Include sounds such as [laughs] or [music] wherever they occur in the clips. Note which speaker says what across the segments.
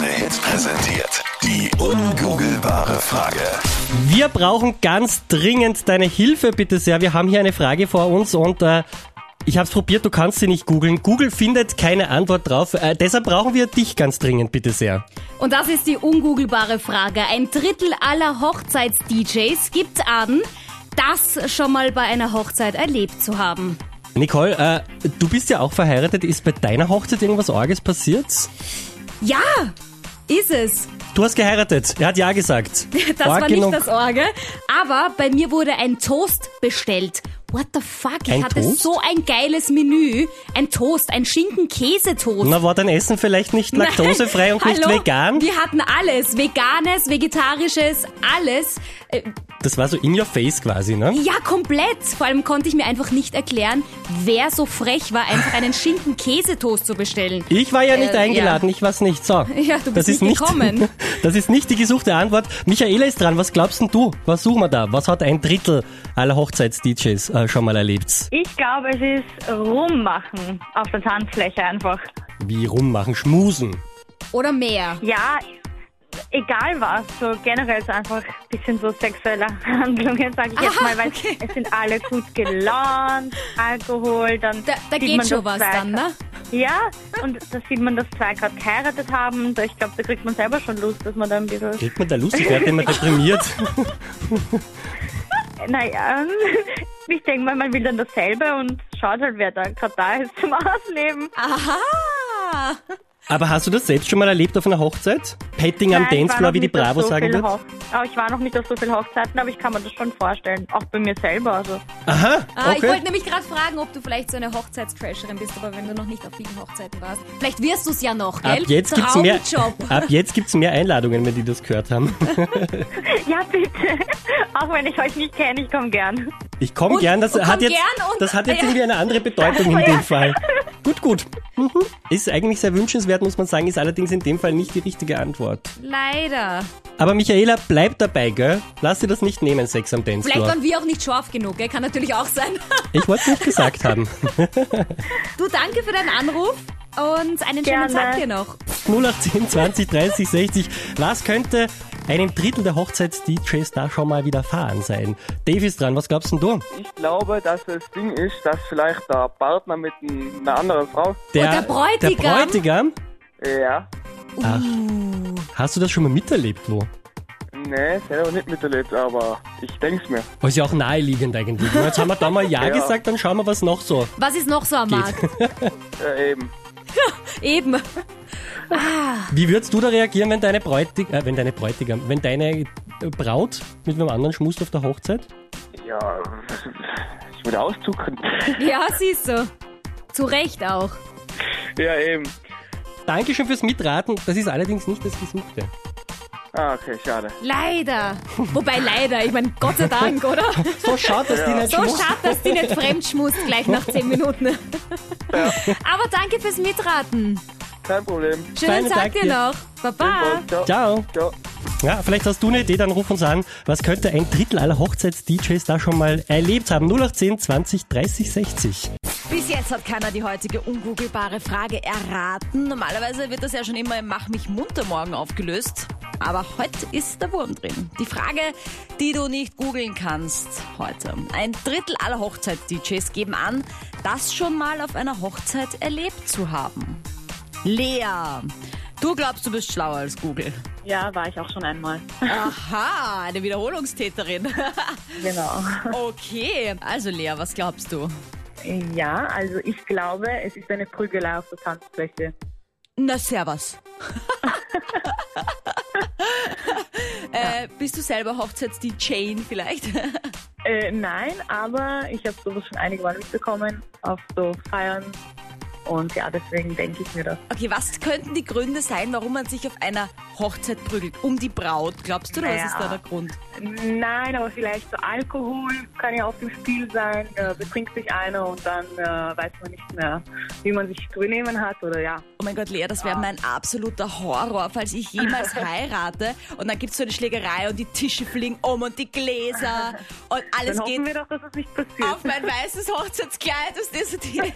Speaker 1: Hit präsentiert. Die ungoogelbare Frage.
Speaker 2: Wir brauchen ganz dringend deine Hilfe, bitte sehr. Wir haben hier eine Frage vor uns und äh, ich habe es probiert, du kannst sie nicht googeln. Google findet keine Antwort drauf. Äh, deshalb brauchen wir dich ganz dringend, bitte sehr.
Speaker 3: Und das ist die ungooglebare Frage. Ein Drittel aller Hochzeits-DJs gibt an, das schon mal bei einer Hochzeit erlebt zu haben.
Speaker 2: Nicole, äh, du bist ja auch verheiratet. Ist bei deiner Hochzeit irgendwas Orges passiert?
Speaker 3: Ja, ist es. [laughs]
Speaker 2: Du hast geheiratet. Er hat ja gesagt.
Speaker 3: Das
Speaker 2: Org
Speaker 3: war nicht
Speaker 2: genug.
Speaker 3: das Orgel. Aber bei mir wurde ein Toast bestellt. What the fuck? Ich
Speaker 2: Ein
Speaker 3: hatte
Speaker 2: Toast?
Speaker 3: so ein geiles Menü. Ein Toast, ein Schinken-Käse-Toast.
Speaker 2: Na, war dein Essen
Speaker 3: [laughs]
Speaker 2: vielleicht nicht laktosefrei und nicht
Speaker 3: Hallo?
Speaker 2: vegan?
Speaker 3: Wir hatten alles. Veganes, vegetarisches, alles. Äh,
Speaker 2: Das war so in your face quasi, ne?
Speaker 3: Ja, komplett. Vor allem konnte ich mir einfach nicht erklären, wer so frech war, einfach einen Schinken-Käsetoast zu bestellen.
Speaker 2: Ich war ja nicht
Speaker 3: Äh,
Speaker 2: eingeladen, ich war's nicht. So.
Speaker 3: [laughs] Ja, du bist
Speaker 2: das ist
Speaker 3: nicht gekommen.
Speaker 2: [laughs] Das ist nicht die gesuchte Antwort. Michaela ist dran. Was glaubst denn du? Was suchen wir da? Was hat ein Drittel aller Hochzeits-DJs äh, schon mal erlebt?
Speaker 4: Ich glaube, es ist rummachen auf der Tanzfläche einfach.
Speaker 2: Wie rummachen, schmusen.
Speaker 3: Oder mehr.
Speaker 4: Ja, egal was, so generell so einfach ein bisschen so sexuelle [laughs] Handlungen, sage ich jetzt
Speaker 3: Aha,
Speaker 4: mal, weil
Speaker 3: okay.
Speaker 4: es sind alle gut gelaunt, Alkohol, dann
Speaker 3: Da, da
Speaker 4: sieht
Speaker 3: geht
Speaker 4: man
Speaker 3: schon
Speaker 4: das
Speaker 3: was
Speaker 4: zwei-
Speaker 3: dann, ne?
Speaker 4: Ja, und da sieht man, dass zwei gerade geheiratet haben. Da, ich glaube, da kriegt man selber schon Lust, dass man da ein bisschen...
Speaker 2: Kriegt man da Lust? Ich werde immer deprimiert.
Speaker 4: Naja, ähm, [laughs] ich denke mal, man will dann dasselbe und schaut halt, wer da gerade da ist zum [laughs] Ausleben.
Speaker 3: Aha!
Speaker 2: [laughs] Aber hast du das selbst schon mal erlebt auf einer Hochzeit? Petting am
Speaker 4: Nein, ich war
Speaker 2: Dancefloor,
Speaker 4: noch
Speaker 2: wie die
Speaker 4: nicht auf
Speaker 2: Bravo
Speaker 4: so
Speaker 2: sagen
Speaker 4: viele
Speaker 2: wird?
Speaker 4: Hoch- Aber ich war noch nicht auf so vielen Hochzeiten, aber ich kann mir das schon vorstellen. Auch bei mir selber. Also. [laughs]
Speaker 2: Aha,
Speaker 3: Ah, Ich
Speaker 2: okay.
Speaker 3: wollte nämlich gerade fragen, ob du vielleicht so eine Hochzeitscrasherin bist, aber wenn du noch nicht auf vielen Hochzeiten warst. Vielleicht wirst du es ja noch,
Speaker 2: Ab
Speaker 3: gell?
Speaker 2: jetzt, gibt's mehr,
Speaker 3: Traumjob.
Speaker 2: [laughs] ab jetzt gibt's mehr Einladungen, wenn die das gehört haben.
Speaker 4: Ja, bitte. [laughs] Auch wenn ich euch nicht kenne, ich komme gern.
Speaker 2: Ich komme
Speaker 3: Und-
Speaker 2: gern, das
Speaker 3: und
Speaker 2: hat
Speaker 3: komm
Speaker 2: jetzt,
Speaker 3: gern und- Ah,
Speaker 2: das hat jetzt
Speaker 3: ja.
Speaker 2: irgendwie eine
Speaker 3: [laughs]
Speaker 2: andere Bedeutung in dem Fall. Gut, gut. Mhm. Ist eigentlich sehr wünschenswert, muss man sagen, ist allerdings in dem Fall nicht die richtige Antwort.
Speaker 3: Leider.
Speaker 2: Aber Michaela, bleib dabei, gell? Lass dir das nicht nehmen, Sex am
Speaker 3: Vielleicht
Speaker 2: Dancefloor.
Speaker 3: waren wir auch nicht scharf genug, gell? Kann natürlich auch sein. [laughs]
Speaker 2: Ich wollte es nicht gesagt haben. [laughs]
Speaker 3: Du, danke für deinen Anruf und einen schönen
Speaker 4: Gerne.
Speaker 3: Tag dir noch.
Speaker 2: 0810 20 30 60. Was könnte einem Drittel der Hochzeits-DJs da schon mal widerfahren sein? Dave ist dran, was glaubst denn du?
Speaker 5: Ich glaube, dass das Ding ist, dass vielleicht der Partner mit n- einer anderen Frau.
Speaker 3: der Bräutigam?
Speaker 2: Der Bräutigam?
Speaker 5: Ja.
Speaker 2: Hast du das schon mal miterlebt, wo?
Speaker 5: Nee, selber nicht miterlebt, aber ich denk's mir.
Speaker 2: Oh, ist ja auch naheliegend eigentlich. Jetzt haben wir da mal Ja,
Speaker 5: Ja.
Speaker 2: gesagt, dann schauen wir, was noch so
Speaker 3: Was ist noch so am
Speaker 2: geht.
Speaker 3: Markt?
Speaker 5: Äh, eben.
Speaker 3: Eben.
Speaker 2: Wie würdest du da reagieren, wenn deine Bräutig äh, wenn deine Bräutigam, wenn deine äh, Braut mit einem anderen schmust auf der Hochzeit?
Speaker 5: Ja, ich würde auszucken.
Speaker 3: Ja, siehst du. Zu Recht auch.
Speaker 5: [laughs] ja, eben.
Speaker 2: Dankeschön fürs Mitraten, das ist allerdings nicht das Gesuchte.
Speaker 5: Ah, okay, schade.
Speaker 3: Leider. Wobei leider, ich meine, Gott sei Dank, oder?
Speaker 2: So schaut, halt dass die nicht
Speaker 3: So
Speaker 2: schmust.
Speaker 3: schade, dass die nicht fremd schmust gleich nach 10 Minuten. Aber danke fürs Mitraten.
Speaker 5: Kein Problem.
Speaker 3: Schönen
Speaker 2: Feinen Tag
Speaker 3: Tag dir
Speaker 2: dir.
Speaker 3: noch. Baba.
Speaker 5: Ciao.
Speaker 2: Ciao.
Speaker 5: Ciao.
Speaker 2: Ja, vielleicht hast du eine Idee, dann ruf uns an. Was könnte ein Drittel aller Hochzeits-DJs da schon mal erlebt haben? 0810 20 30 60.
Speaker 6: Bis jetzt hat keiner die heutige ungoogelbare Frage erraten. Normalerweise wird das ja schon immer im Mach mich munter morgen aufgelöst. Aber heute ist der Wurm drin. Die Frage, die du nicht googeln kannst heute. Ein Drittel aller Hochzeits-DJs geben an, das schon mal auf einer Hochzeit erlebt zu haben. Lea, du glaubst, du bist schlauer als Google.
Speaker 4: Ja, war ich auch schon einmal.
Speaker 6: Aha, eine Wiederholungstäterin.
Speaker 4: Genau.
Speaker 6: [laughs] Okay, also Lea, was glaubst du?
Speaker 4: [laughs] Ja, also ich glaube, es ist eine Prügelei auf der Tanzfläche.
Speaker 6: Na, servus. [laughs] äh, bist du selber Hochzeits-DJ vielleicht? [laughs]
Speaker 4: Äh, nein, aber ich habe sowas schon einige Mal mitbekommen auf so Feiern. Und ja, deswegen denke ich mir das.
Speaker 6: Okay, was könnten die Gründe sein, warum man sich auf einer Hochzeit prügelt? Um die Braut, glaubst du? Oder was ist da
Speaker 4: Naja.
Speaker 6: der Grund?
Speaker 4: Nein, aber vielleicht so Alkohol kann ja auf dem Spiel sein. Äh, betrinkt sich einer und dann äh, weiß man nicht mehr, wie man sich zu benehmen hat oder ja.
Speaker 6: Oh mein Gott, Lea, das wäre mein absoluter Horror, falls ich
Speaker 4: [laughs]
Speaker 6: jemals heirate und dann gibt's so eine Schlägerei und die Tische fliegen um und die Gläser und
Speaker 4: Dann
Speaker 6: alles
Speaker 4: hoffen
Speaker 6: geht
Speaker 4: wir doch, dass es nicht
Speaker 6: auf
Speaker 4: passiert.
Speaker 6: mein weißes Hochzeitskleid. Das ist die [laughs]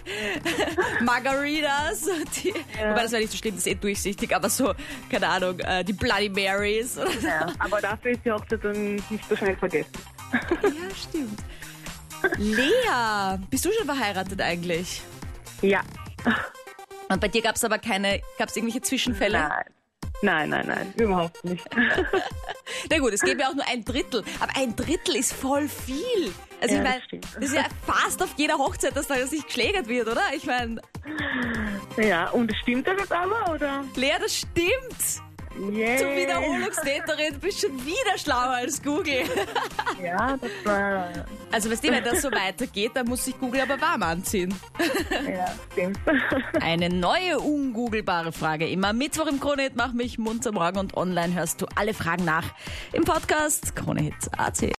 Speaker 6: Margaritas, die, wobei das wäre nicht so schlimm, das ist eh durchsichtig, aber so, keine Ahnung, äh, die Bloody Marys.
Speaker 4: Ja, aber dafür ist die Hochzeit dann nicht so schnell vergessen.
Speaker 6: Ja, stimmt. Lea, bist du schon verheiratet eigentlich?
Speaker 4: Ja.
Speaker 6: Und bei dir gab es aber keine, gab es irgendwelche Zwischenfälle?
Speaker 4: Nein. Nein, nein, nein, überhaupt nicht. [laughs]
Speaker 6: Na gut, es gäbe ja auch nur ein Drittel, aber ein Drittel ist voll viel. Also
Speaker 4: Ja,
Speaker 6: ich
Speaker 4: das
Speaker 6: meine,
Speaker 4: stimmt.
Speaker 6: das ist ja fast auf jeder Hochzeit, dass da jetzt nicht geschlägert wird, oder? Ich meine,
Speaker 4: Ja, und stimmt das jetzt aber, oder?
Speaker 6: Lea, das stimmt.
Speaker 4: Yeah.
Speaker 6: Du Wiederholungstäterin bist schon wieder schlauer als Google.
Speaker 4: Ja, das war,
Speaker 6: Also weißt du, wenn das so weitergeht, dann muss sich Google aber warm anziehen.
Speaker 4: ja, stimmt. [laughs]
Speaker 6: Eine neue ungoogelbare Frage. Immer Mittwoch im Kronehit, mach mich munter morgen und online hörst du alle Fragen nach im Podcast Kronehit.at.